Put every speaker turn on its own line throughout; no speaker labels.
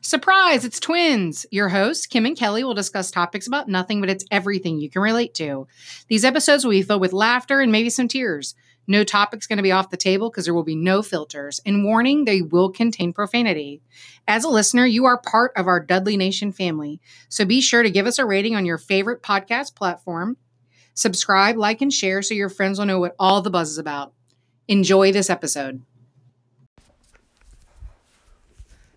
Surprise, it's twins. Your hosts, Kim and Kelly, will discuss topics about nothing, but it's everything you can relate to. These episodes will be filled with laughter and maybe some tears. No topic's going to be off the table because there will be no filters. And warning, they will contain profanity. As a listener, you are part of our Dudley Nation family. So be sure to give us a rating on your favorite podcast platform. Subscribe, like, and share so your friends will know what all the buzz is about. Enjoy this episode.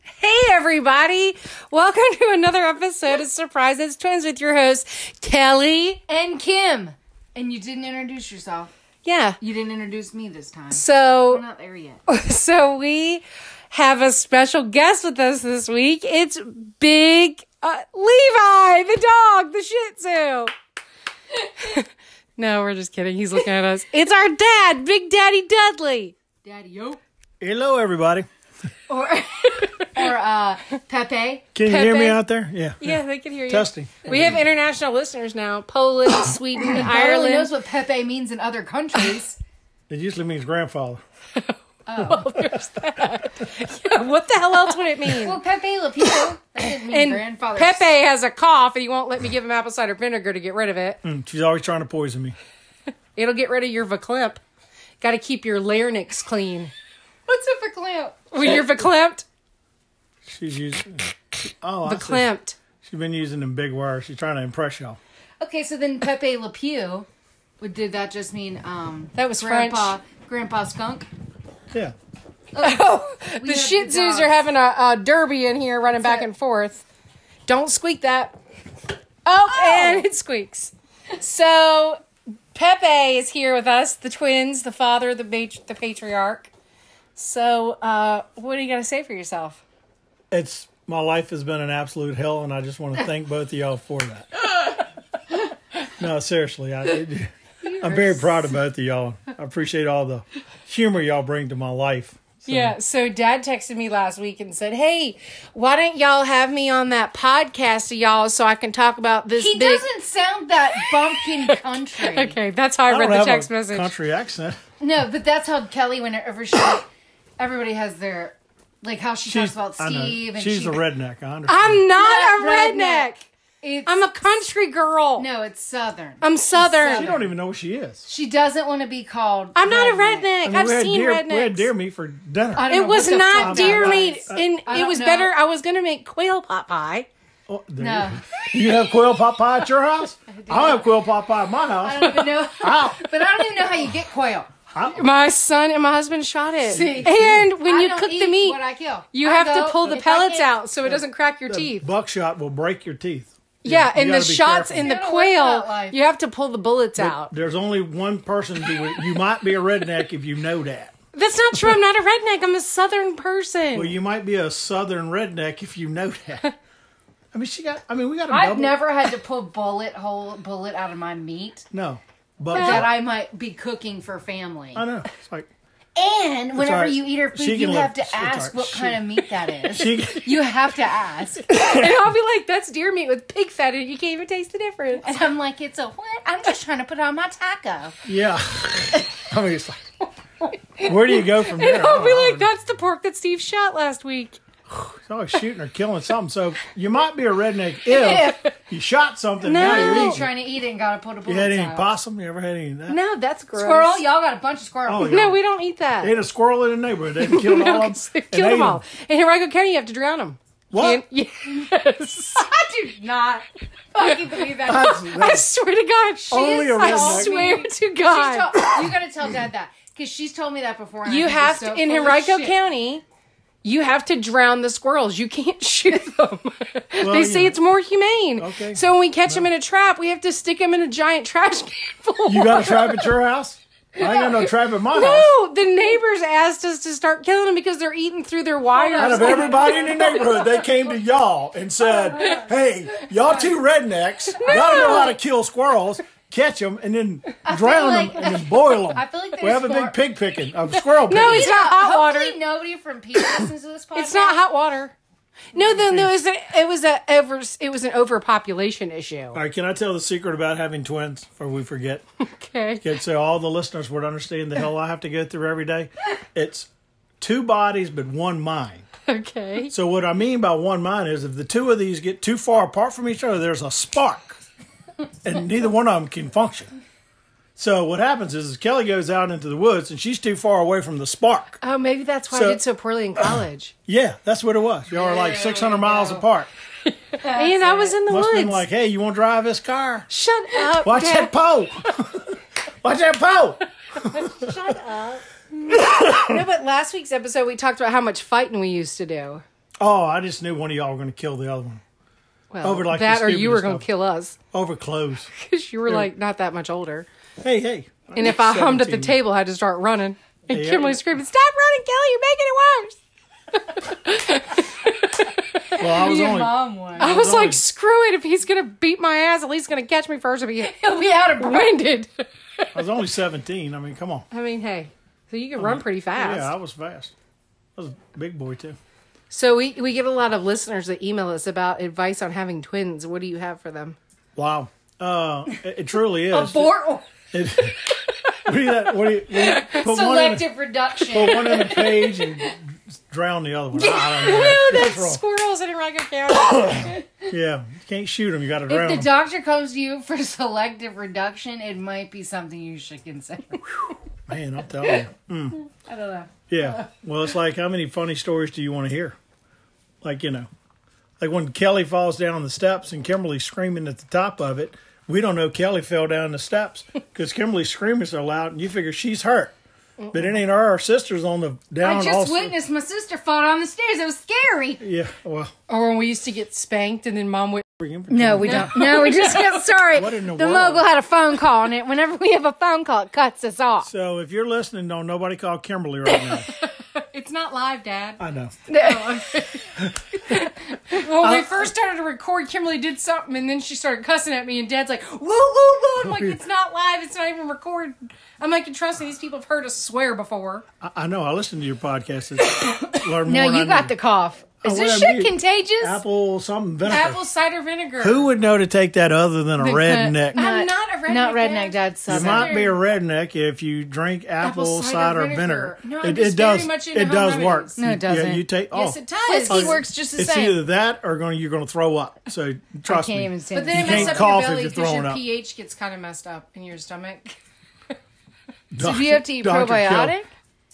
Hey, everybody. Welcome to another episode of Surprises Twins with your hosts, Kelly.
And Kim. And you didn't introduce yourself.
Yeah.
You didn't introduce me this time.
So,
not there yet.
so we have a special guest with us this week. It's Big uh, Levi, the dog, the Shih Tzu. no, we're just kidding. He's looking at us. It's our dad, Big Daddy Dudley.
Daddy, yo.
Hello, everybody.
Or, or uh, Pepe.
Can you hear
Pepe.
me out there? Yeah.
Yeah, they can hear you.
Testing.
We have international listeners now Poland, Sweden,
Ireland knows
Ireland.
what Pepe means in other countries.
It usually means grandfather.
What the hell else would it mean?
well, Pepe Le Pew. That didn't mean
And
grandfather.
Pepe has a cough, and he won't let me give him apple cider vinegar to get rid of it.
Mm, She's always trying to poison me.
It'll get rid of your verklempt. Got to keep your larynx clean.
What's it for clamp?
When you're verklempt,
She's using. Oh, I see.
verklempt.
She's been using them big wires. She's trying to impress y'all.
Okay, so then Pepe Le Pew. Would- Did that just mean um,
That was
Grandpa Grandpa Skunk?
Yeah.
Oh, The
have
Shih
the
Tzus
dogs.
are having a, a derby in here, running back and forth. Don't squeak that. Oh, and it squeaks. So Pepe is here with us, the twins, the father, the matri- the patriarch. So, uh, what are you gonna say for yourself?
It's my life has been an absolute hell, and I just want to thank both of y'all for that. no, seriously, I, I'm very proud of both of y'all. I appreciate all the humor y'all bring to my life. So,
Yeah, so dad texted me last week and said, Hey, why don't y'all have me on that podcast of y'all so I can talk about this
He
big
doesn't sound that bumpkin country.
Okay, that's how I,
I
read
don't
the
have
text
a
message.
country accent.
No, but that's how Kelly, whenever she, everybody has their, like how she
She's,
talks about
I know.
Steve. And
She's
she,
a redneck. I understand.
I'm not,
Not
a redneck.
redneck. It's,
I'm a country girl.
no, it's Southern.
I'm southern.
she don't even know what she is.
she doesn't want to be called.
I'm not a redneck.
I mean,
I've
we had
seen
deer, We
rednecks.
had deer meat for dinner.
I don't know
it
what
was
the
not
fuck
deer
that
meat,
was.
and
I
it
don't
was
know.
better. I was gonna make quail pot pie.
Oh, there
No.
you, go. you have quail pot pie at your house? I will have quail pot pie at my
I
house.
don't even know.
Ah.
Ow.
but I don't even know how you get quail.
My son and my husband shot it.
See?
and when
I
you
don't
cook
eat
the meat,
what I kill.
you
I
have to
go-
pull the
if I can't-
pellets out so it doesn't crack your teeth.
Buckshot will break your teeth.
Yeah,
you
and the
gotta be
shots
careful.
in the
You gotta work out
quail,
life.
you have to pull the bullets out.
There's only one person who you might be a redneck if you know that.
That's not true. I'm not a redneck. I'm a southern person.
Well, you might be a southern redneck if you know that. I mean, she got. I mean, we got a
I've
double.
never had to pull bullet hole bullet out of my meat
no, buckshot.
that I might be cooking for family.
I know. It's like
And whenever
alright.
you eat her food,
She
you
can
have
live-
to
it's
ask
alright.
what
She-
kind of meat that is.
she.
you have to ask.
and I'll be like, that's deer meat with pig fat in it. You can't even taste the difference.
And I'm like, it's a what? I'm just trying to put on my taco.
Yeah. I mean, it's like. Where do you go from there? Oh,
And I'll be
I don't
like, that's the pork that Steve shot last week.
It's always shooting or killing something. So you might be a redneck if you shot something. No. Now
No.
you're
I'm
eating.
trying to eat it and gotta put a
You
bullet
had any
out.
possum? You ever had any of that?
No, that's gross.
squirrel? Y'all got a bunch of squirrel.
Oh, yeah.
No, we don't eat
They had
that.
a squirrel in the neighborhood. They killed all of them.
They
and
killed
ate
them all. In Henrico County, you have to drown them.
What?
yes.
I do not fucking believe that.
That's,
I
that's,
swear to God. She
Only
is-
a
I
redneck.
swear to
She's
God.
tell- you gotta tell dad that because she's told me that before. and I
You
think it's
have
so
to, in
full of
Henrico
shit.
County, you have to drown the squirrels. You can't shoot them. they
you
say
know.
it's more humane.
Okay.
So when we catch them in a trap, we have to stick them in a giant trash can. full of
you got a
water.
trap at your house? I ain't got no trap at my house.
No, the neighbors asked us to start killing them because they're eating through their
Out of
wires.
everybody in the neighborhood, they came to y'all and said, "Hey, y'all two rednecks, y'all know how to kill squirrels." Catch them and then drown
like-
them and then boil them.
I feel like
we have a
there's more-
big pig picking, a squirrel picking.
No, it's not hot water.
Hopefully nobody from Peter listens to this podcast.
It's not hot water. No, then there was a, it was a ever it was an overpopulation issue.
All right, can I tell the secret about having twins before we forget?
Okay.
Okay, so all the listeners would understand the hell I have to go through every day. It's two bodies but one mind.
Okay.
So what I mean by one mind is if the two of these get too far apart from each other, there's a spark, and neither one of them can function. So what happens is, is Kelly goes out into the woods and she's too far away from the spark.
Oh, maybe that's why I
So-
did so poorly in college.
Yeah, that's what it was. Y'all are like 600 miles apart.
and I was in the
Must have been
woods.
like, hey, you want to drive this car?
Shut up.
Watch
Dad.
that pole. Watch that pole.
No, but last week's episode we talked about how much fighting we used to do.
Oh, I just knew one of y'all were going to kill the other one
Well,
Over, like, the
that or you
stupidest
were going to
stuff.
kill us
over clothes.
because you were like not that much older.
Hey, hey.
And if I hummed at the
17.
table, I had to start running. And
Yeah.
Kimberly screaming, "Stop running, Kelly! You're making it worse."
Well, I was
Your
only.
mom won.
I was like,
always-
"Screw it! If he's gonna beat my ass, at least he's gonna catch me first. I'll be
He'll be out of breath.
winded."
I was only 17. I mean, come on.
I mean, hey, so you can run pretty fast.
Yeah, I was fast. I was a big boy too.
So we we get a lot of listeners that email us about advice on having twins. What do you have for them?
Wow. Uh, it, it truly is.
Abort
It- what do you, what do you, what do you- put one in, the-
selective reduction.
put one in the page and drown the other one. I don't know. That's wrong.
Squirrels in Arago County.
Yeah, you can't shoot them. You got to drown
If the
them.
doctor comes to you for selective reduction, it might be something you should consider.
Man, I'm telling you.
I don't know.
Yeah. Well, it's like how many funny stories do you want to hear? Like you know, like when Kelly falls down the steps and Kimberly's screaming at the top of it. We don't know Kelly fell down the steps because Kimberly's screaming so loud, and you figure she's hurt, but it ain't her. Our sister's on the down.
I just
also.
witnessed my sister fall down the stairs. It was scary.
Yeah. Well.
or when Oh, we used to get spanked and then mom would.
No, we don't. No, we just got sorry.
What in the
the
world?
mogul had a phone call on it. Whenever we have a phone call, it cuts us off.
So if you're listening, don't nobody call Kimberly right now.
It's not live, Dad.
I know.
Well, when we first started to record, Kimberly did something and then she started cussing at me, and Dad's like, "Woo, woo, woo!" I'm like, "It's not live. It's not even recorded." I'm like, "And trust me, these people have heard us swear before."
I, I know. I listened to your podcast. It's learn
No,
more.
you
than I
got
knew.
the cough. Is
Oh,
this
well,
shit
you-
contagious?
apple something vinegar.
Apple cider vinegar.
Who would know to take that other than a redneck?
I'm not a redneck.
Not redneck,
Dad.
Dad.
You
Southern.
might be a redneck if you drink apple, cider, vinegar.
No, I'm
it,
just
it does.
very much into
it
home
does work.
remedies. No,
it
You- Yeah,
doesn't.
you take. Oh,
Yes, it does.
Whiskey
Oh,
works just the
it's
same.
either that or going. to You're going to throw up. So
I
trust
can't even
me.
say
But then
that.
it
can't
messes up
cough if
your belly
you're
because
throwing
your
up.
pH gets kind of messed up in your stomach.
So
Do you have to eat probiotic?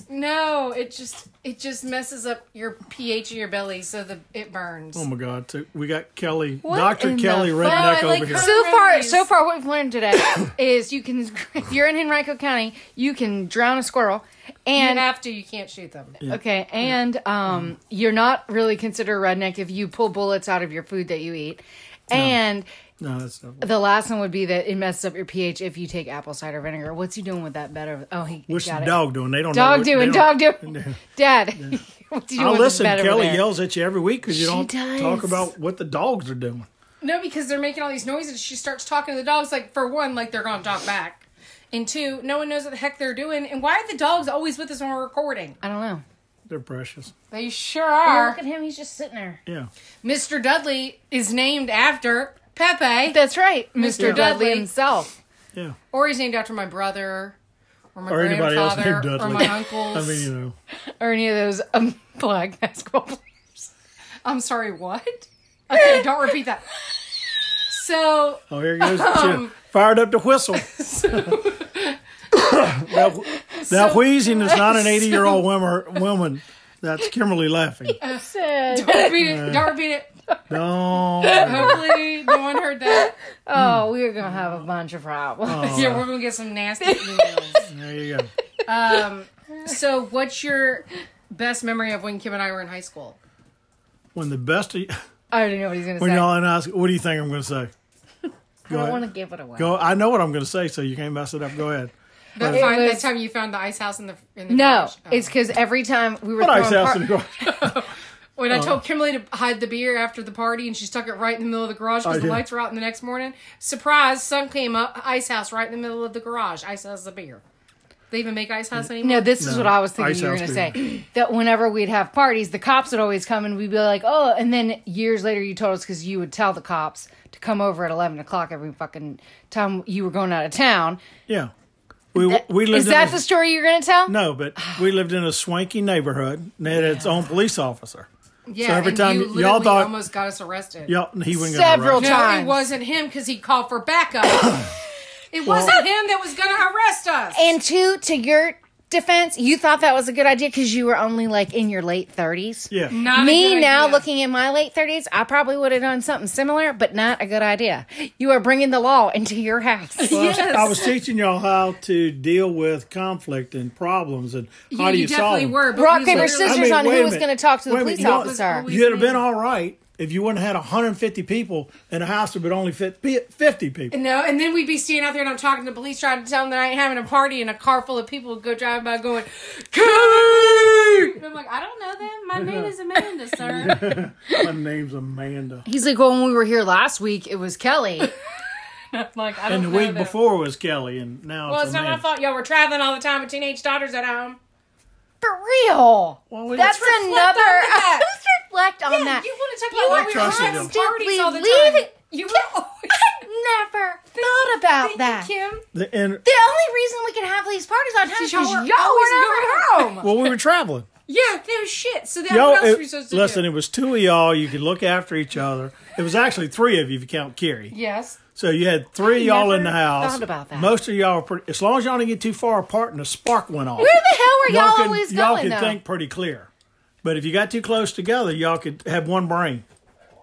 No, it just it just messes up your pH in your belly, so the it burns.
Oh my God! So we got Kelly,
What
Doctor
in
Kelly,
the
redneck
fuck? I like
over here.
her-
So far,
Remedies.
so far, what we've learned today is you can, if you're in Henrico County, you can drown a squirrel,
and
and
after you can't shoot them.
okay, and um, you're not really considered a redneck if you pull bullets out of your food that you eat, and
no, that's not.
the last one would be that it messes up your pH if you take apple cider vinegar. What's he doing with that better? Oh, he
What's
got
the
it.
dog doing? They don't. know
Dog
what- they
doing,
don't-
dog doing. Dad, what's he doing
I
with
listen.
better
Kelly
there?
yells at you every week because you
She
don't
does.
talk about what the dogs are doing.
No, because they're making all these noises. She starts talking to the dogs like for one, like they're gonna talk back. And two, no one knows what the heck they're doing. And why are the dogs always with us when we're recording?
I don't know.
They're precious.
They sure
Oh,
are.
look at him. He's just sitting there.
Yeah.
Mr. Dudley is named after Pepe,
That's right, Mr.
Dudley.
Dudley himself.
Yeah.
or he's named after my brother, or my
Or anybody else
grandfather,
named Dudley.
or my
I
uncles.
mean, you know.
or any of those um, black basketball players.
I'm sorry, what? Okay, don't repeat that. So
Oh, here goes.
Um,
She fired up the whistle. that that wheezing is not an 80 year old woman, woman. That's Kimberly laughing.
don't repeat it. Don't repeat it.
No.
Hopefully, no one heard that.
oh, we are gonna have a bunch of problems.
Oh.
Yeah, we're gonna get some nasty emails.
There you go.
So, what's your best memory of when Kim and I were in high school?
When the best of you,
I already know what he's gonna
when
say.
y'all and I, what do you think I'm going to say?
I
Go
don't
ahead.
want to give it away.
Go, I know what I'm going to say, so you can't mess it up. Go ahead.
That, find,
was-
that time you found the ice house in the in the
no,
garage? Oh.
it's because every time we were
What
throwing
ice house
par-
in the garage?
when
Oh.
I told Kimberly to hide the beer after the party, and she stuck it right in the middle of the garage because
Oh,
the
yeah.
lights were out in the next morning. Surprise! Sun came up. Ice house right in the middle of the garage. Ice house is a beer. They even make ice house anymore.
No, this is
No,
what I was
ice
thinking you were
house
gonna say. That whenever we'd have parties, the cops would always come and we'd be like, "Oh," and then years later, you told us because you would tell the cops to come over at eleven o'clock every fucking time you were going out of town.
Yeah. We, we lived
Is
in
that
a-
the story you're gonna tell?
No, but we lived in a swanky neighborhood and it had its own police officer.
Yeah,
So every
and
time
you
y- y'all
literally
thought-
almost got us arrested.
Y'all, he wouldn't
Several
get
No,
arrested.
times.
it wasn't him because he called for backup. it wasn't him that was going to arrest us.
And two, to your defense, you thought that was a good idea because you were only like in your late thirties.
Yeah.
Not a
Me
good
now
idea.
looking in my late thirties, I probably would have done something similar, but not a good idea. You are bringing the law into your house.
Well, I was-
Yes.
I was teaching y'all how to deal with conflict and problems and how
Yeah,
do
you,
you, solve
definitely
them.
were. but
Rock,
we
paper,
literally-
scissors
I mean,
on
wait
who
a
was
minute.
going to talk to the
Wait a minute,
police
you know-
officer.
we-
You'd have been all right if you wouldn't have had 150 people in a house. There'd been only fit- pi- 50 people.
No, and then we'd be standing out there and I'm talking to the police trying to tell them that I ain't having a party and a car full of people would go driving by going, Kelly! And I'm like, I don't know them. My name is Amanda, sir.
My name's Amanda.
He's like, well, when we were here last week, it was Kelly.
I'm like, I don't
And the
know
week
them.
before was Kelly, and now
Well,
it's,
it's not my
Amanda.
fault. Y'all were traveling all the time with teenage daughters at home.
For real.
Well, we- Let's
That's
reflect
another.
that.
Let's reflect on
Yeah,
that.
you want to talk about why we were
trusted
having
them.
parties all the
Constantly
time.
leaving-
You were always
I never thought about that.
Kim.
The- and-
The only reason we can have these parties on time is
y'all
because y'all
were
were
always
never
going
home.
well, we were traveling.
Yeah, no shit. So then
Y'all,
what else
it-
were you supposed to
listen,
do?
it was two of y'all. You could look after each other. It was actually three of you if you count Carrie.
yes.
So you had three of y'all in the
never
house.
thought about that.
Most of y'all, were pretty, as long as y'all didn't get too far apart and the spark went off,
Where the hell were y'all,
could,
always
y'all
going
could
though?
think pretty clear. But if you got too close together, y'all could have one brain,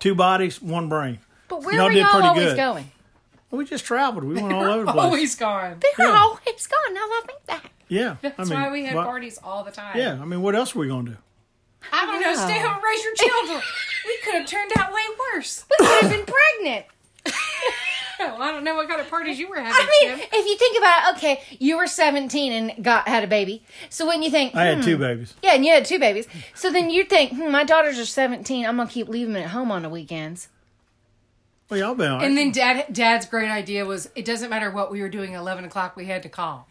two bodies, one brain.
but where
y'all
were
did
y'all
pretty
always
good.
going?
We just traveled. We went all over the place.
Always gone.
They were
Yeah.
always gone. Now that I think back.
yeah,
That's
I mean,
why we had
what-
parties all the time.
Yeah, I mean, what else were we gonna do?
I don't know.
Yeah.
Stay home and raise your children. we could have turned out way worse.
We could have been pregnant.
Well, I don't know what kind of parties you were having.
I mean,
Kim.
if you think about it, okay, you were 17 and got had a baby. So when you think, hmm,
I had
Hmm.
two babies.
yeah, and you had two babies. So then you think, hmm, my daughters are 17. I'm going to keep leaving them at home on the weekends.
Well, y'all been all right.
And then dad, dad's great idea was it doesn't matter what we were doing. at Eleven o'clock, we had to call.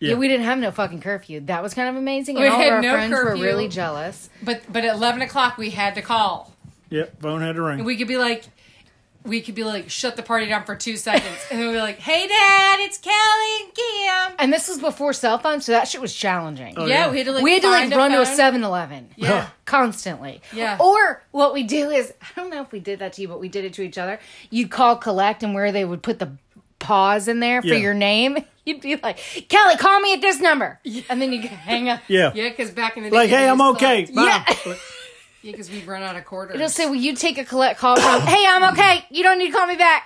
yeah.
Yeah, we didn't have no fucking curfew. That was kind of amazing. And
We
all of
had
our
no
friends
curfew.
were really jealous.
But but at eleven o'clock, we had to call.
Yep, phone had to ring.
And we could be like, we could be like, shut the party down for two seconds, and then we'd be like, hey dad, it's Kelly and Kim.
And this was before cell phones, so that shit was challenging.
Oh, yeah,
yeah.
we had to like
we had to like
find a
run to a
phone.
7 Eleven.
Yeah.
Constantly.
Yeah.
Or what we do is, I don't know if we did that to you, but we did it to each other. You'd call collect and where they would put the pause in there for
Yeah.
your name. You'd be like, Kelly, call me at this number. And then you could hang up.
yeah.
Yeah, because back in the day,
Like, hey,
they
I'm
just
okay.
thought-
Bye.
Yeah, because we'd run out of quarters.
It'll say, Will you take a collect call from, hey, I'm okay. You don't need to call me back.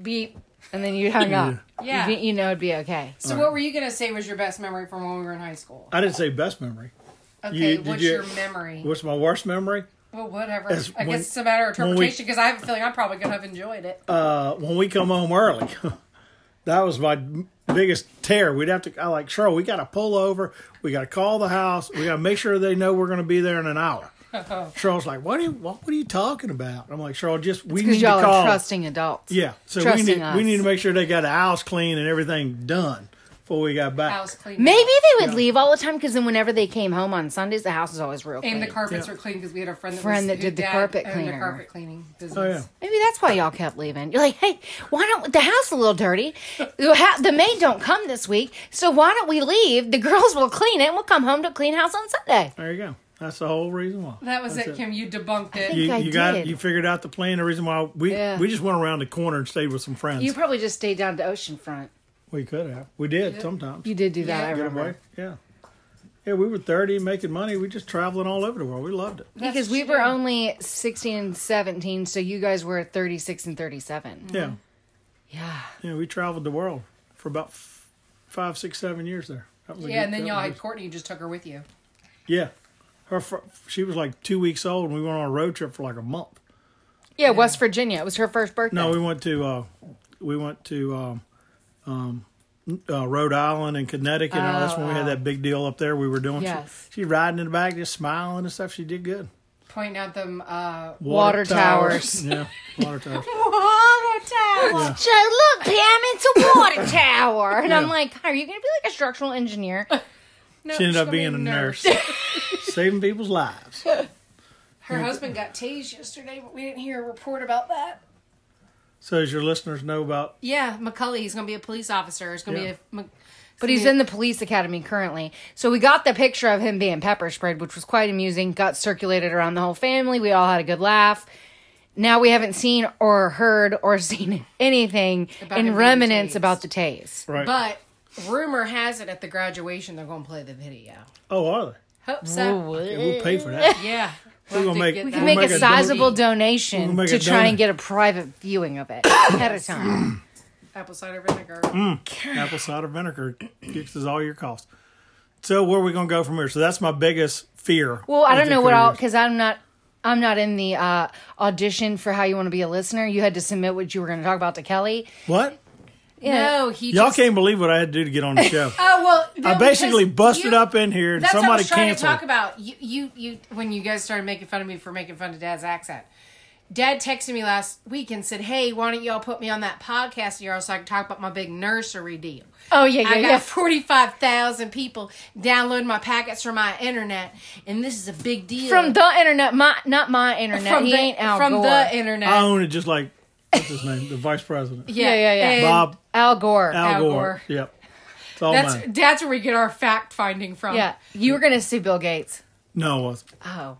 Beep. And then you hung up.
Yeah.
You'd be- you know it'd be okay.
so, what were you gonna say was your best memory from when we were in high school?
I didn't say best memory.
Okay,
did
what's
you-
your memory?
What's my worst memory?
Well, whatever.
As
I
when-
guess it's a matter of
when we-
interpretation because I have a feeling I'm probably gonna have enjoyed it.
uh, when we come home early. that was my biggest terror. We'd have to, I like, Cheryl, we got to pull over. We got to call the house. We got to make sure they know we're going to be there in an hour. Cheryl's like, what are you, what, what are you talking about? I'm like, Cheryl, just, we need
Because
to
y'all
call.
are trusting adults.
yeah. So we
trusting
need,
us.
we need to make sure they got the house clean and everything done before we got back.
House clean.
Maybe they would leave all the time because then whenever they came home on Sundays, the house was always real clean.
And the carpets were clean because we had a friend that,
Friend
was,
that
who
did the
dad
carpet
owned a
cleaner.
carpet cleaning business.
Oh, yeah.
Maybe that's why y'all kept leaving. You're like, hey, why don't the house a little dirty? The ha- the maid don't come this week, so why don't we leave? The girls will clean it, and we'll come home to a clean house on Sunday.
There you go. That's the whole reason why.
That was it, Kim. You debunked it.
think
You,
I
you got
did.
you figured out the plan. The reason why we
Yeah.
we just went around the corner and stayed with some friends.
You probably just stayed down to Oceanfront.
we could have. We did sometimes.
You did do that,
Yeah.
I
Get
remember.
Right? Yeah. Yeah, we were 30 making money. We just traveling all over the world. We loved it.
Because we were only 16 and 17, so you guys were 36 and 37.
Yeah.
Yeah.
Yeah, we traveled the world for about f- five, six, seven years there. That was a
Yeah,
good-
and then
that
y'all
was
had
nice.
Courtney. You just took her with you.
Yeah. Her fr- she was like two weeks old, and we went on a road trip for like a month.
Yeah, West Virginia. It was her first birthday.
No, we went to uh, we went to um, um, uh, Rhode Island and Connecticut, and all that's when we had that big deal up there. We were doing.
Yes.
She, she riding in the back, just smiling and stuff. She did good.
Pointing out them uh,
Water towers.
yeah, water towers.
water towers.
Joe, look, Pam, it's a water tower. And I'm
Yeah.
like, are you going to be like a structural engineer?
No,
She ended
she's
up
gonna be
being a nurse, saving people's lives.
Her husband got tased yesterday, but we didn't hear a report about that.
So, as your listeners know about,
Yeah, McCully. He's going to be a police officer. It's going to
Yeah.
be a. Mc-
But he's in the police academy currently. So we got the picture of him being pepper sprayed, which was quite amusing. Got circulated around the whole family. We all had a good laugh. Now we haven't seen or heard or seen anything
About him
in
being
remnants
tased.
about the tase.
Right.
But rumor has it at the graduation they're going to play the video.
oh, are they?
Hope so.
Yeah, we'll pay for that.
Yeah.
We're gonna make-
We
We'll
can make,
make
a
a
sizable
we'll
donation
make
to
a
try
donate.
and get a private viewing of it ahead of time.
apple cider vinegar.
Apple cider vinegar fixes all your costs. So where are we gonna go from here? So that's my biggest fear.
Well, I
with
don't
the
know what all
careers.
because I'm not I'm not in the uh, audition for how you want to be a listener. You had to submit what you were going to talk about to Kelly.
What?
No, he
Y'all
just.
can't believe what I had to do to get on the show.
Oh well, no,
I basically
because
busted
you-
up in here and
That's what I
somebody
was trying
canceled.
to talk about. You, you, you. When you guys started making fun of me for making fun of Dad's accent, Dad texted me last week and said, "Hey, why don't y'all put me on that podcast of y'all so I can talk about my big nursery deal?"
Oh yeah, yeah,
I got
yeah.
45,000 people downloading my packets from my internet, and this is a big deal.
From the internet, my not my internet. he ain't Al
from
Gore.
the internet.
I own it just like what's his name, the vice president,
yeah, yeah, yeah.
and
Bob
Al Gore.
Al,
Al
Gore.
Gore.
Yep, it's all
That's,
mine.
that's where we get our fact finding from.
Yeah, you were going to see Bill Gates.
No, it wasn't.
Oh,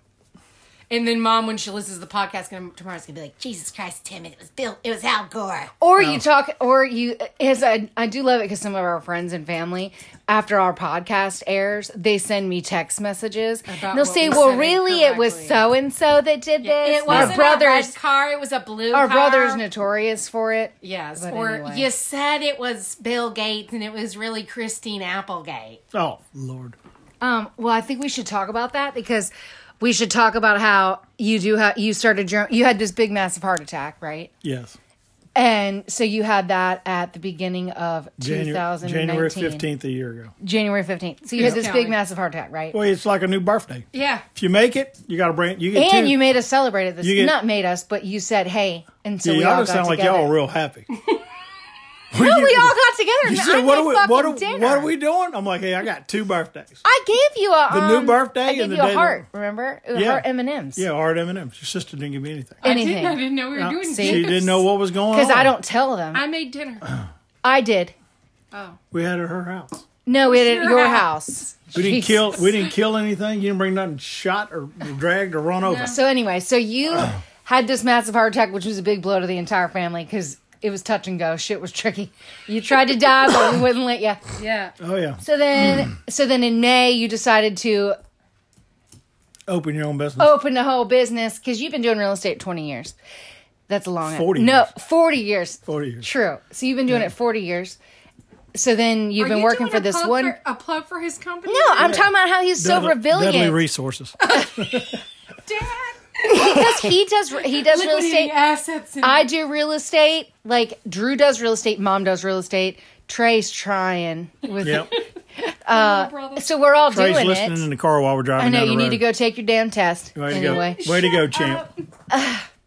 And then mom, when she listens to the podcast gonna, tomorrow's going to be like, Jesus Christ, Tim, it was Bill, it was Al Gore.
or
Oh.
you talk, or you. Is I I do love it because some of our friends and family, after our podcast airs, they send me text messages.
About
they'll
what
say,
we
"Well,
said it
really, it was
correctly.
so and so that did this.
It wasn't
our
a
brothers.
red car, it was a blue
our
car.
brother's notorious for it.
Yes,
But
or
anyway.
you said it was Bill Gates and it was really Christine Applegate.
Oh Lord,
Um, well, I think we should talk about that because we should talk about how you do how you started your you had this big massive heart attack, right?
yes,
And so you had that at the beginning of
Janu-
2019,
January fifteenth a year ago.
January 15th. So you had
Who's
this big
counting?
massive heart attack, right?
Well, it's like a new birthday.
Yeah.
If you make it, you got to bring. You get
and
two.
you made us celebrate it. This
You get-
not made us, but you said, "Hey," and so
Yeah,
we
y'all
all got
just sound like
together.
y'all are real happy.
no, we all got together.
You
and
said,
I
what,
made
are we,
fucking
what, are,
dinner.
what are we doing? I'm like, hey, I got two birthdays.
I gave you a
The new
um,
birthday
I
and
gave
the
you
day
a
that-
heart. Remember, a
Yeah.
heart M and M's.
Yeah, hard M and M's. Your sister didn't give me anything.
anything.
I didn't, I didn't know Oh. we were
No,
doing
she
dinner.
didn't know what was going on.
Because I don't tell them.
I made dinner.
I did.
Oh.
We had it at her house.
No, it at
your
your
house.
house.
We didn't
Jesus.
kill. We didn't kill anything. You didn't bring nothing shot or dragged or run over.
So anyway, so you had this massive heart attack, which was a big blow to the entire family because it was touch and go. Shit was tricky. You tried to die, but we wouldn't let you.
Yeah.
Oh yeah,
So then, so then in May, you decided to
open your own business.
open a whole business because you've been doing real estate twenty years. That's a long
40
No,
years.
forty years.
40 years.
True. So you've been doing it forty years. So then you've
Are
been
you
working
doing
for
a
this
plug
one.
for- a plug for his company?
no, I'm talking about how he's so
Deadly- Deadly
resilient.
resources.
Dad.
because he does he does real
Liquidating
estate.
assets. And-
I do real estate. Like Drew does real estate. Mom does real estate. Trey's trying with. Uh,
yep.
Oh, brother.
So we're all
Trey's
doing
listening in
it.
the car while we're driving.
I know
down
you
the
need to
road.
go take your damn test.
Way to
anyway,
go. Way to go, champ.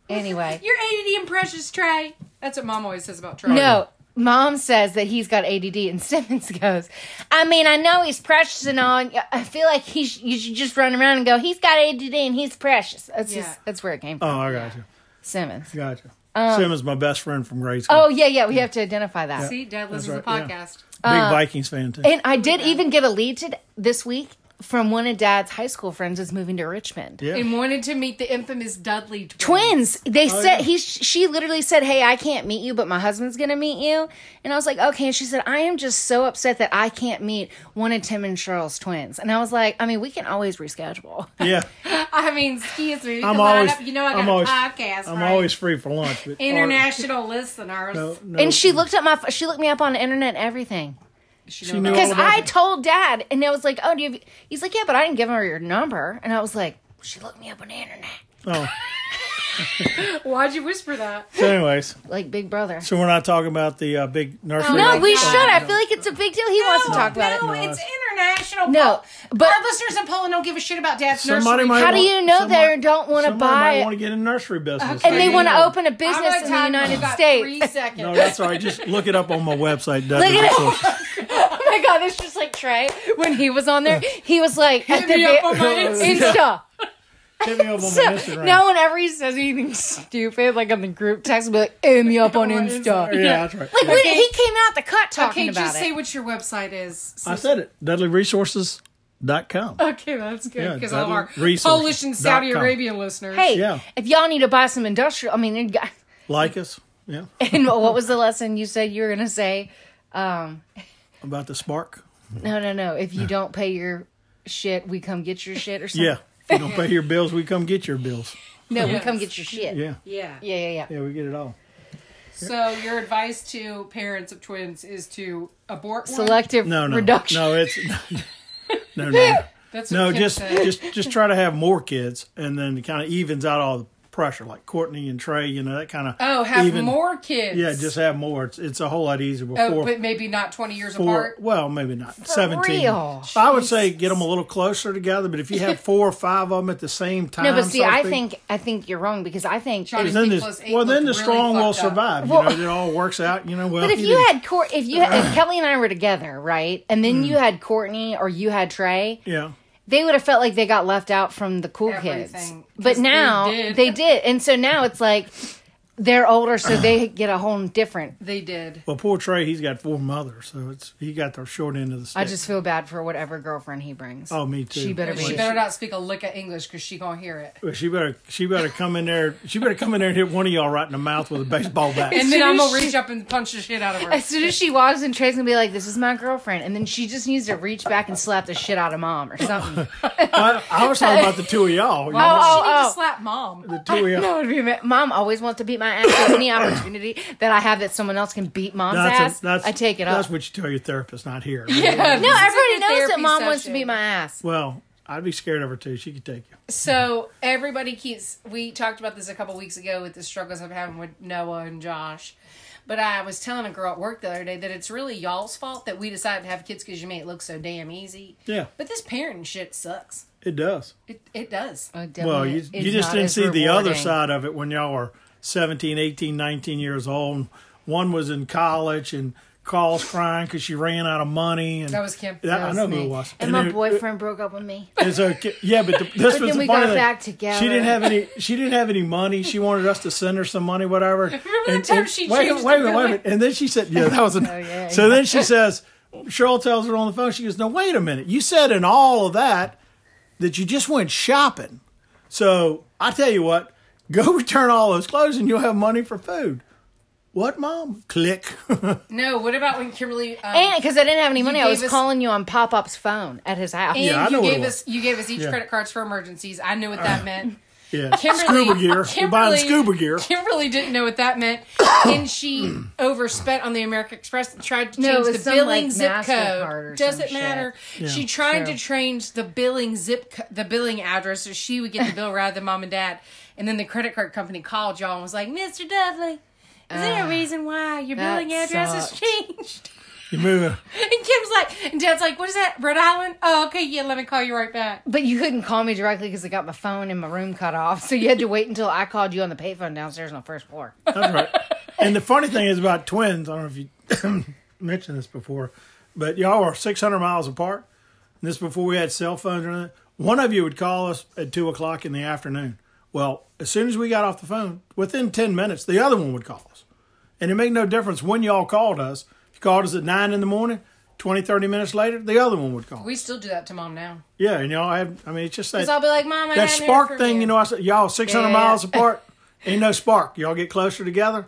anyway.
You're ADD and precious, Trey. That's what Mom always says about Trey.
E No, Mom says that he's got ADD, and Simmons goes. I mean, I know he's precious and all. and I feel like he sh- you should just run around and go. He's got ADD and he's precious. That's
Yeah.
just that's where it came from.
Oh, I got you.
Simmons.
Got you. Simmons, my best friend from grade school.
Um, Oh yeah, yeah. We have to identify that.
See, Dad listens
That's
to the
right, yeah.
podcast.
Big
uh,
Vikings fan too.
And I did even get a lead to this week from one of Dad's high school friends is moving to Richmond.
Yeah.
And wanted to meet the infamous Dudley twin.
Twins. They said
Oh, yeah.
he. She literally said, "Hey, I can't meet you, but my husband's gonna meet you." And I was like, "Okay." And she said, "I am just so upset that I can't meet one of Tim and Cheryl's twins." And I was like, "I mean, we can always reschedule."
yeah.
I mean, excuse me. You
I'm
can line
always.
up. You know, I got
am
a
always,
podcast.
I'm
right?
always free for lunch. But
international listeners.
No, no,
And she looked up my. ph- She looked me up on the internet and everything
She knows
knew
about-
because
all about
I
it.
told Dad, and I was like, "Oh, do you?" Have, he's like, "Yeah, but I didn't give her your number." And I was like, "She looked me up on the internet."
Oh.
Why'd you whisper that?
So, anyways,
Like Big Brother.
so we're not talking about the uh, big nursery.
No,
my
we
God.
should. I feel like it's a big deal. He wants to talk about it.
No, it's international.
No,
Pol-
but-
our listeners in Poland don't give a shit about Dad's
Somebody
nursery.
might
How do
want-
you know
somebody-
they don't want to
Somebody
buy
might
it?
want to get in nursery business.
and they
Okay.
want to
Yeah.
open a
I'm
business
out of
in the
time.
United
You've got Three
States.
seconds.
No, that's all right. Just look it up on my website. Look
it up. Oh my god, it's just like Trey when he was on there. He was like, at
me
the
up on my
Insta.
Hit me up on my Instagram.
Now, whenever he says anything stupid, like on the group text, I'll be like, "Hit me up on Insta."
yeah, that's right.
Like, wait, he came out the cut
Okay,
talking about
just
it.
say what your website is.
I said it. DudleyResources.com.
Okay, that's
Yeah,
good because all
Dudley
our
Resources
Polish and Saudi
dot com.
Arabian listeners.
hey,
yeah.
if y'all need to buy some industrial, I mean, and,
Like us. Yeah.
and what was the lesson you said you were gonna say? Um,
About the spark.
no, no, no. If you don't pay your shit, we come get your shit or something.
Yeah. If you don't pay your bills, we come get your bills.
No, we come get your shit.
Yeah.
yeah.
Yeah, yeah, yeah.
Yeah, we get it all.
So your advice to parents of twins is to abort one?
Selective
No, no.
reduction.
No, it's no no.
That's what
No,
Kim
just
said.
just just try to have more kids and then it kinda evens out all the pressure, like Courtney and Trey, you know, that kinda
oh, have
even-
more kids.
Yeah, just have more. It's it's a whole lot easier
oh,
before
but maybe not twenty years
four.
apart.
Well, maybe not seventeen.
real?
I would say get them a little closer together. But if you have four or five of them at the same time,
No, but see,
so to
I
speak,
think I think you're wrong because I think.
Johnny-
then
Eight
the,
plus eight
well, then the
looked really
strong will
fucked up.
survive.
Well-
you know, it all works out. You know, well,
But if you had Court, if you if Kelly and I were together, right, and then
Mm.
you had Courtney or you had Trey,
yeah,
they would have felt like they got left out from the cool kids.
Everything.
But
'Cause they
now they did.
did.
and so now it's like they're older, so they get a whole different.
They did.
well, poor Trey, he's got four mothers, so it's he got the short end of the stick.
I just feel bad for whatever girlfriend he brings.
oh, me too.
she better
She
be.
better not speak a lick of English because she gonna hear it.
Well, she better she better come in there. She better come in there and hit one of y'all right in the mouth with a baseball bat.
And then
soon
I'm
as
gonna reach up and punch the shit out of her.
As soon as she walks in, Trey's gonna be like, "This is my girlfriend," and then she just needs to reach back and slap the shit out of mom or something.
I, I was talking about the two of y'all. you know,
oh,
she need
oh.
to slap mom.
the two of y'all.
No, it'd be ama- mom always wants to beat my ass. So any opportunity that I have that someone else can beat mom's ass, I take it
That's
up.
what you tell your therapist, not here.
No, everybody
a
knows that
therapy
mom wants to
session.
beat my ass.
Well, I'd be scared of her too. She could take you.
So everybody keeps. We talked about this a couple weeks ago with the struggles I'm having with Noah and Josh. But I was telling a girl at work the other day that it's really y'all's fault that we decided to have kids because you made it look so damn easy.
Yeah,
But this parenting shit sucks.
it does.
It Oh, it does.
Well, you, you just didn't see the other side of it when y'all were 17, 18, 19 years old. One was in college and calls crying because she ran out of money. And
That was Kim.
That-
That
I
was
know who it was.
And my
it-
boyfriend broke up with me.
it's okay. Yeah, but the, this was
then
the funny
we got
thing.
back together.
She didn't have any. She didn't have any money. She wanted us to send her some money, whatever. Remember
that time she
wait, a
changed
minute, wait, a
the
minute, wait a
billing?
minute. And then she said, "Yeah, that was." A,
yeah,
so then she says, Cheryl tells her on the phone. She goes, "No, wait a minute. You said in all of that that you just went shopping. So I tell you what, go return all those clothes, and you'll have money for food." What, mom? Click.
No. What about when Kimberly? Um,
And because I didn't have any money, I
gave
was
us-
calling you on Pop Up's phone at his house.
and
Yeah, I know
you
what it
gave
was.
us you gave us each
Yeah. Uh.
credit cards for emergencies. I knew what that meant.
Yeah,
Kimberly,
scuba gear. We're buying scuba gear.
Kimberly didn't know what that meant, and she overspent on the American Express and tried to
No, it
change
was
the
some,
billing
like,
zip
MasterCard or
code. Does
some
it matter? She
Yeah.
tried to change the billing zip co- the billing address so she would get the bill rather than mom and dad. And then the credit card company called y'all and was like, "Mr. Dudley, is there a reason why your
that
billing address has
sucked.
changed?"
You're moving.
And Kim's like, and Dad's like, "What is that? Rhode Island? Oh, okay, yeah. Let me call you right back."
But you couldn't call me directly because I got my phone and my room cut off. So you had to wait until I called you on the payphone downstairs on the first floor.
That's right. and the funny thing is about twins. I don't know if you mentioned this before, but y'all are 600 miles apart. And this is before we had cell phones or anything. One of you would call us at two o'clock in the afternoon. Well, as soon as we got off the phone, within 10 minutes, the other one would call us. And it made no difference when y'all called us. If you called us at nine in the morning, 20, 30 minutes later, the other one would call.
We still do that to mom now.
yeah, and y'all had, I mean, it's just that
Because I'll be like, Mom, I
that
had an
spark
order
thing,
from
you know, I said, y'all 600
Yeah.
miles apart, ain't no spark. Y'all get closer together.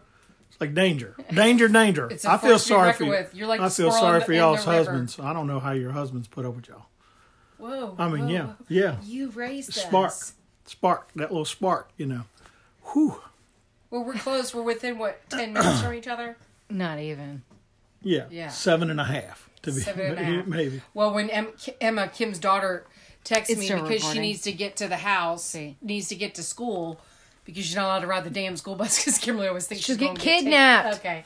It's like danger, danger, danger.
It's a
I feel
force to be
sorry
reckoned
for you.
with. You're like
I
the
feel
squirrel
sorry
in the-
for
in
y'all's
the river.
husbands. I don't know how your husbands put up with y'all.
Whoa.
I mean,
whoa,
yeah,
whoa.
yeah,
Oh, You raised
spark,
us.
spark, that little spark, you know.
Well, we're close. We're within what ten minutes from each other.
Not even.
Yeah,
Yeah.
seven and a half to be
Seven and a half.
maybe.
Well, when em- Ki- Emma Kim's daughter texts
It's
me
still
because she
recording.
needs to get to the house,
See.
needs to get to school because she's not allowed to ride the damn school bus because Kimberly always thinks she's,
She'll get
gonna taken.
kidnapped.
okay.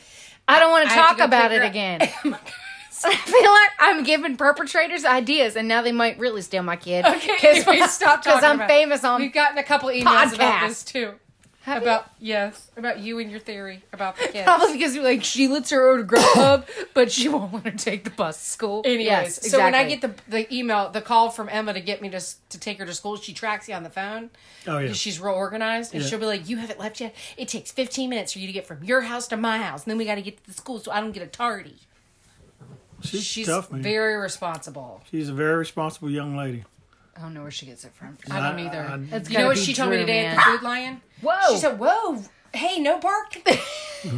I don't want
I
to
have to
talk
go
about
figure
it
out-
again. I feel like I'm giving perpetrators ideas, and now they might really steal my kid.
Okay, we stop talking
Because I'm
about-
famous on.
We've gotten a couple emails about
Podcast.
this too.
Have
about yes, about you and your theory about the kids.
Probably because like she lets her over to Grubhub, but she won't let her take the bus to school.
Anyways,
Yes,
so when I
exactly.
get the the email, the call from Emma to get me to s- to take her to school, she tracks you on the phone.
Oh, yeah.
Because she's real organized, and
Yeah.
she'll be like, "You haven't left yet. It takes fifteen minutes for you to get from your house to my house, and then we got to get to the school, so I don't get a tardy."
She's,
She's
tough, man.
very responsible.
She's a very responsible young lady.
I don't know where she gets it from.
I don't either.
I-
That's
you
gotta
know what
be
she told me
Drew,
today at
man.
the Food Lion?
Whoa.
She said, "Whoa, hey, no bark."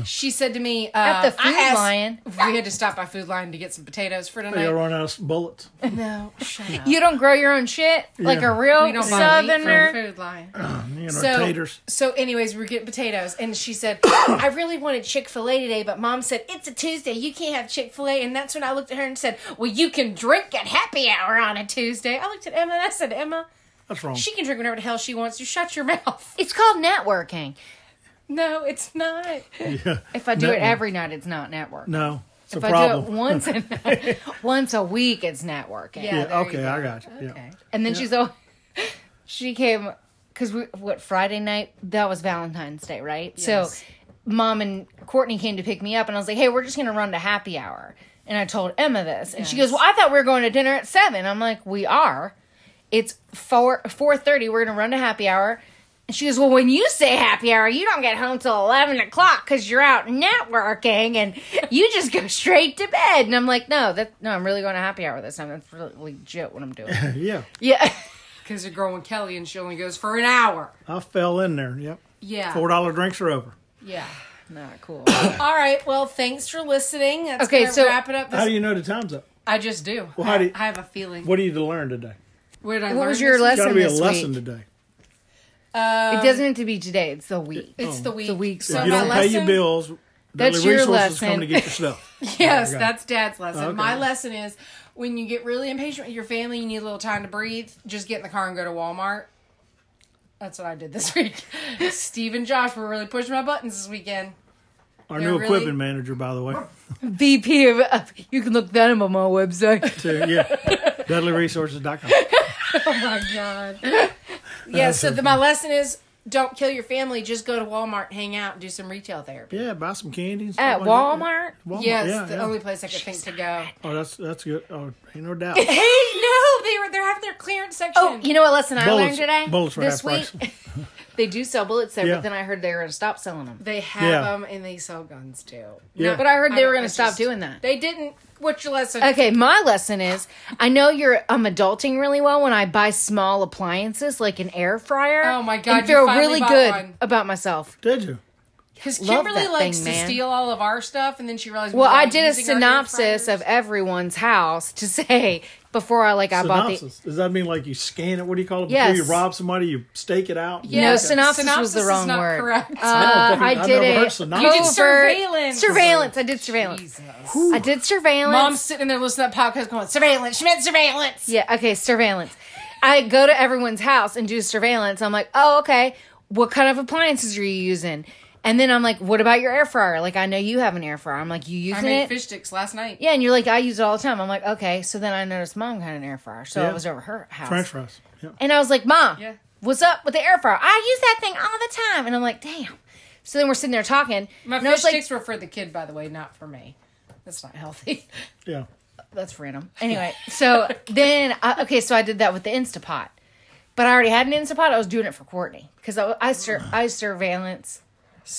she said to me, uh,
At the
I
Food
asked-
Lion?
We had to stop by Food Lion to get some potatoes for
They
tonight.
got run out of bullets.
No, shut up.
You don't grow your own shit like
Yeah.
a real
We don't buy meat from
southerner.
Food Lion.
You know,
So,
taters.
so, anyways, we we're getting potatoes, and she said, "I really wanted Chick Fil A today, but Mom said it's a Tuesday, you can't have Chick Fil A." And that's when I looked at her and said, "Well, you can drink at happy hour on a Tuesday." I looked at Emma and I said, "Emma,
That's wrong.
she can drink whenever the hell she wants. You shut your mouth."
It's called networking.
No, it's not.
yeah.
If I do
Network.
it every night, it's not networking.
No, it's a
if I do it
problem.
once a, once a week, it's
Yeah.
networking.
yeah,
there you
okay, I got you. Yeah.
Okay. And then she's all, she came because we what Friday night that was Valentine's Day, right?
Yes.
So mom and Courtney came to pick me up, and I was like, "Hey, we're just gonna run to happy hour." And I told Emma this, and she goes, "Well, I thought we were going to dinner at 7. I'm like, "We are. It's four four thirty. We're gonna run to happy hour." And she goes, "Well, when you say happy hour, you don't get home till eleven o'clock because you're out networking, and you just go straight to bed." And I'm like, "No, that no, I'm really going to happy hour this time. That's really legit what I'm doing."
Yeah.
Yeah.
Because you're growing Kelly and she only goes for an hour.
I fell in there. Yep.
Yeah.
Four dollar drinks are over.
Yeah.
Not cool.
All right. Well, thanks for listening. That's
Okay,
gonna
so-
wrap it up.
How
This-
do you know the time's up?
I just do.
Well, how do you-
I have a feeling.
What do you learn today?
What did I
what
learn
was your
this week?
It's got
lesson
to be a
this
lesson
week?
today.
it doesn't have to be today. It's the week.
It's the week.
the week.
So
if Oh. you
my
don't pay
lesson.
your bills,
That's
Deadly
your
Resources is
lesson.
coming to get your stuff.
Yes,
Okay.
that's Dad's lesson.
Okay.
My lesson is when you get really impatient with your family, you need a little time to breathe. Just get in the car and go to Walmart. That's what I did this week. Steve and Josh were really pushing my buttons this weekend.
Our
They're
new
really-
equipment manager, by the way. Oh.
VP of, of- you can look that up on my website.
So, yeah. DeadlyResources.com.
Oh my god. yeah, so the, my lesson is don't kill your family. Just go to Walmart, hang out, and do some retail therapy.
Yeah, buy some candies.
At
stuff like
Walmart.
that. Walmart.
Yes,
yeah,
the
yeah.
only place I could think to go.
Oh, that's that's good. Oh, ain't no doubt.
Hey, no, they were they're having their clearance section.
Oh, you know what lesson I learned
Bullets-
today?
bullets were
this
half price.
week they do sell bullets there,
Yeah.
but then I heard they were going to stop selling them.
they have
Yeah.
them and they sell guns too.
Yeah.
But I heard they
I-
were going
I
to stop
just-
doing that.
They didn't. What's your lesson?
Okay, my lesson is I know you're I'm adulting really well when I buy small appliances like an air fryer.
Oh my God,
and
you
feel
finally
really
bought
good
one.
about myself.
Did you?
Because
Love
Kimberly
that
likes
thing,
to
man.
steal all of our stuff, and then she realized. we
Well, I
weren't
did a
using our air
synopsis
fryers.
of everyone's house to say before I like I bought the
Synopsis. Does that mean like you scan it? What do you call it? Before
Yes.
you rob somebody, you stake it out.
Yeah.
No,
Okay.
synopsis, was
Synopsis
the
is
wrong
not
word.
correct.
Uh,
I
I
don't think I've
did
never heard
it.
synopsis. You did
covert-
surveillance.
Surveillance. I did surveillance.
Jesus.
I did surveillance.
Mom's sitting there listening to that podcast, going surveillance. She meant surveillance.
yeah. Okay. Surveillance. I go to everyone's house and do surveillance. I'm like, oh, okay. What kind of appliances are you using? And then I'm like, what about your air fryer? Like, I know you have an air fryer. I'm like, you
I
using
made
it?
fish sticks last night.
yeah. And you're like, I use it all the time. I'm like, okay. So then I noticed mom had an air fryer. So I
Yeah.
was over her house.
French fries. Yeah.
And I was like, Mom,
Yeah.
what's up with the air fryer? I use that thing all the time. And I'm like, damn. So then we're sitting there talking.
My
and I
fish
was like,
sticks were for the kid, by the way, not for me. That's not healthy.
Yeah.
that's random. Anyway, so then, I, okay, so I did that with the Instapot. But I already had an Instapot. I was doing it for Courtney because I, I, sur- I surveillance.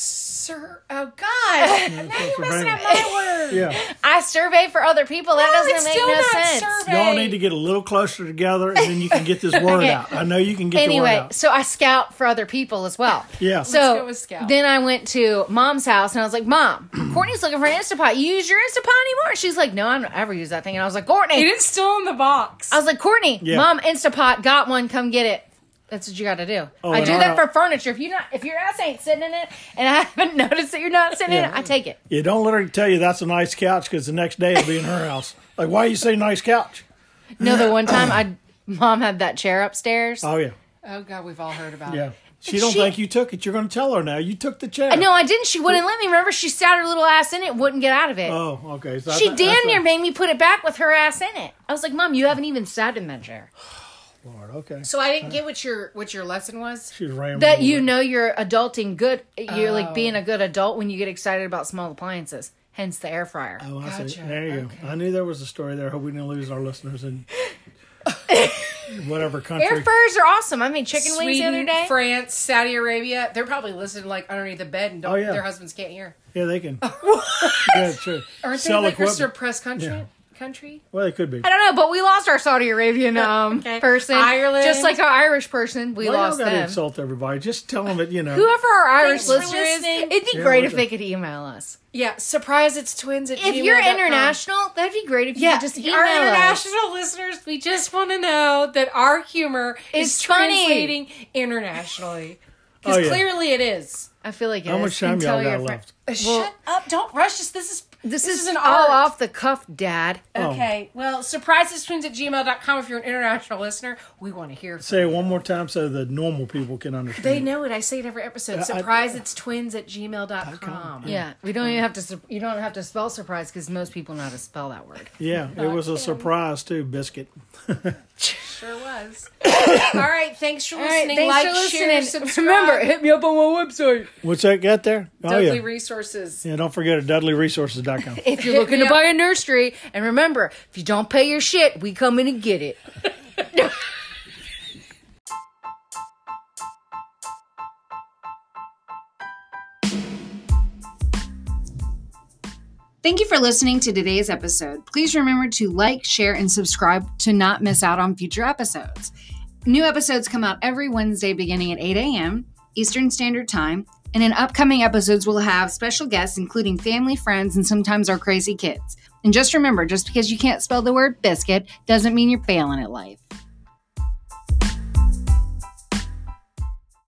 Sir, oh God, now you're messing up my word.
Yeah.
I survey for other people. That
No, it's
doesn't make
still
no
not
sense.
survey.
Y'all need to get a little closer together, and then you can get this word out. I know you can get the word
anyway,
out.
so I scout for other people as well.
Yeah.
So
Let's go with scout.
then I went to mom's house and I was like, Mom, Courtney's looking for an Instapot. You use your Instapot anymore? She's like, No, I don't ever use that thing. And I was like, Courtney,
It is still in the box.
I was like, Courtney,
Yeah.
mom, Instapot got one. Come get it. That's what you got to do.
Oh,
I
and
do
our-
that for furniture. If you not, if your ass ain't sitting in it, and I haven't noticed that you're not sitting in
Yeah.
it, I take it.
Yeah, don't let her tell you that's a nice couch because the next day it'll be in her house. Like, why you say nice couch?
No, the one time I, mom had that chair upstairs.
Oh yeah,
oh God, we've all heard about
yeah.
it.
She don't
She-
think you took it. You're going to tell her now. You took the chair.
no, I didn't. She wouldn't let me. Remember, she sat her little ass in it, wouldn't get out of it.
Oh, okay. So I
she
thi-
damn
that's
near
a-
made me put it back with her ass in it. I was like, Mom, you haven't even sat in that chair.
Lord, okay.
So I didn't get what your what your lesson was.
She's rambling.
That you know you're adulting good. You're
Oh.
like being a good adult when you get excited about small appliances. Hence the air fryer.
Oh, I see.
Gotcha,
There you go. I knew there was a story there. I hope we didn't lose our listeners in whatever
Air
country.
fryers are awesome. I made chicken wings the other
Sweden,
day.
France, Saudi Arabia. They're probably listening like underneath the bed and don't,
Oh, yeah.
their husbands can't hear.
Yeah, they can. yeah, true.
Aren't
Sell
they like
equipment.
a suppressed country?
Yeah.
Country?
Well, they could be.
I don't know, but we lost our Saudi Arabian um,
Uh, Okay.
person,
Ireland.
just like our Irish person. We
Why y'all
lost
gotta
them.
insult everybody. Just tell them that you know.
Whoever our Irish
Thanks for
listener is,
listening.
it'd be
Yeah,
great
we're
if they could email us.
Yeah. Surprise! It's twins. At
If you're
gmail dot com.
international, that'd be great if you
Yeah,
could just email
our
us.
international listeners, we just want to know that our humor is,
It's funny.
translating internationally. Because
Oh, yeah.
clearly it is.
I feel like it
How
is.
much time
And
y'all
tell your
got
fri-
left?
Shut up. Don't rush us. This is
This, is,
an
all
art.
off the cuff, Dad.
Oh.
Okay. Well, surprisestwins at gmail.com if you're an international listener. We want to hear from
Say it one more time so the normal people can understand.
They know it. Uh, I say it every episode.
I-
Surprise, it's twins at gmail.com.
Yeah, we don't even have to. sup- You don't have to spell surprise because most people know how to spell that word.
Yeah, it was a surprise too, biscuit.
Sure was. All right. Thanks for listening. like, share, subscribe.
Remember, hit me up on my website
What's that got there? Oh
Dudley
yeah.
Resources.
Yeah, don't forget it, dudleyresources.com.
if you're
Hit
looking
me
to
up.
buy a nursery. And remember, if you don't pay your shit, we come in and get it.
Thank you for listening to today's episode. Please remember to like, share, and subscribe to not miss out on future episodes. New episodes come out every Wednesday beginning at 8 a.m. Eastern Standard Time, and in upcoming episodes, we'll have special guests, including family, friends, and sometimes our crazy kids. And just remember just because you can't spell the word biscuit doesn't mean you're failing at life.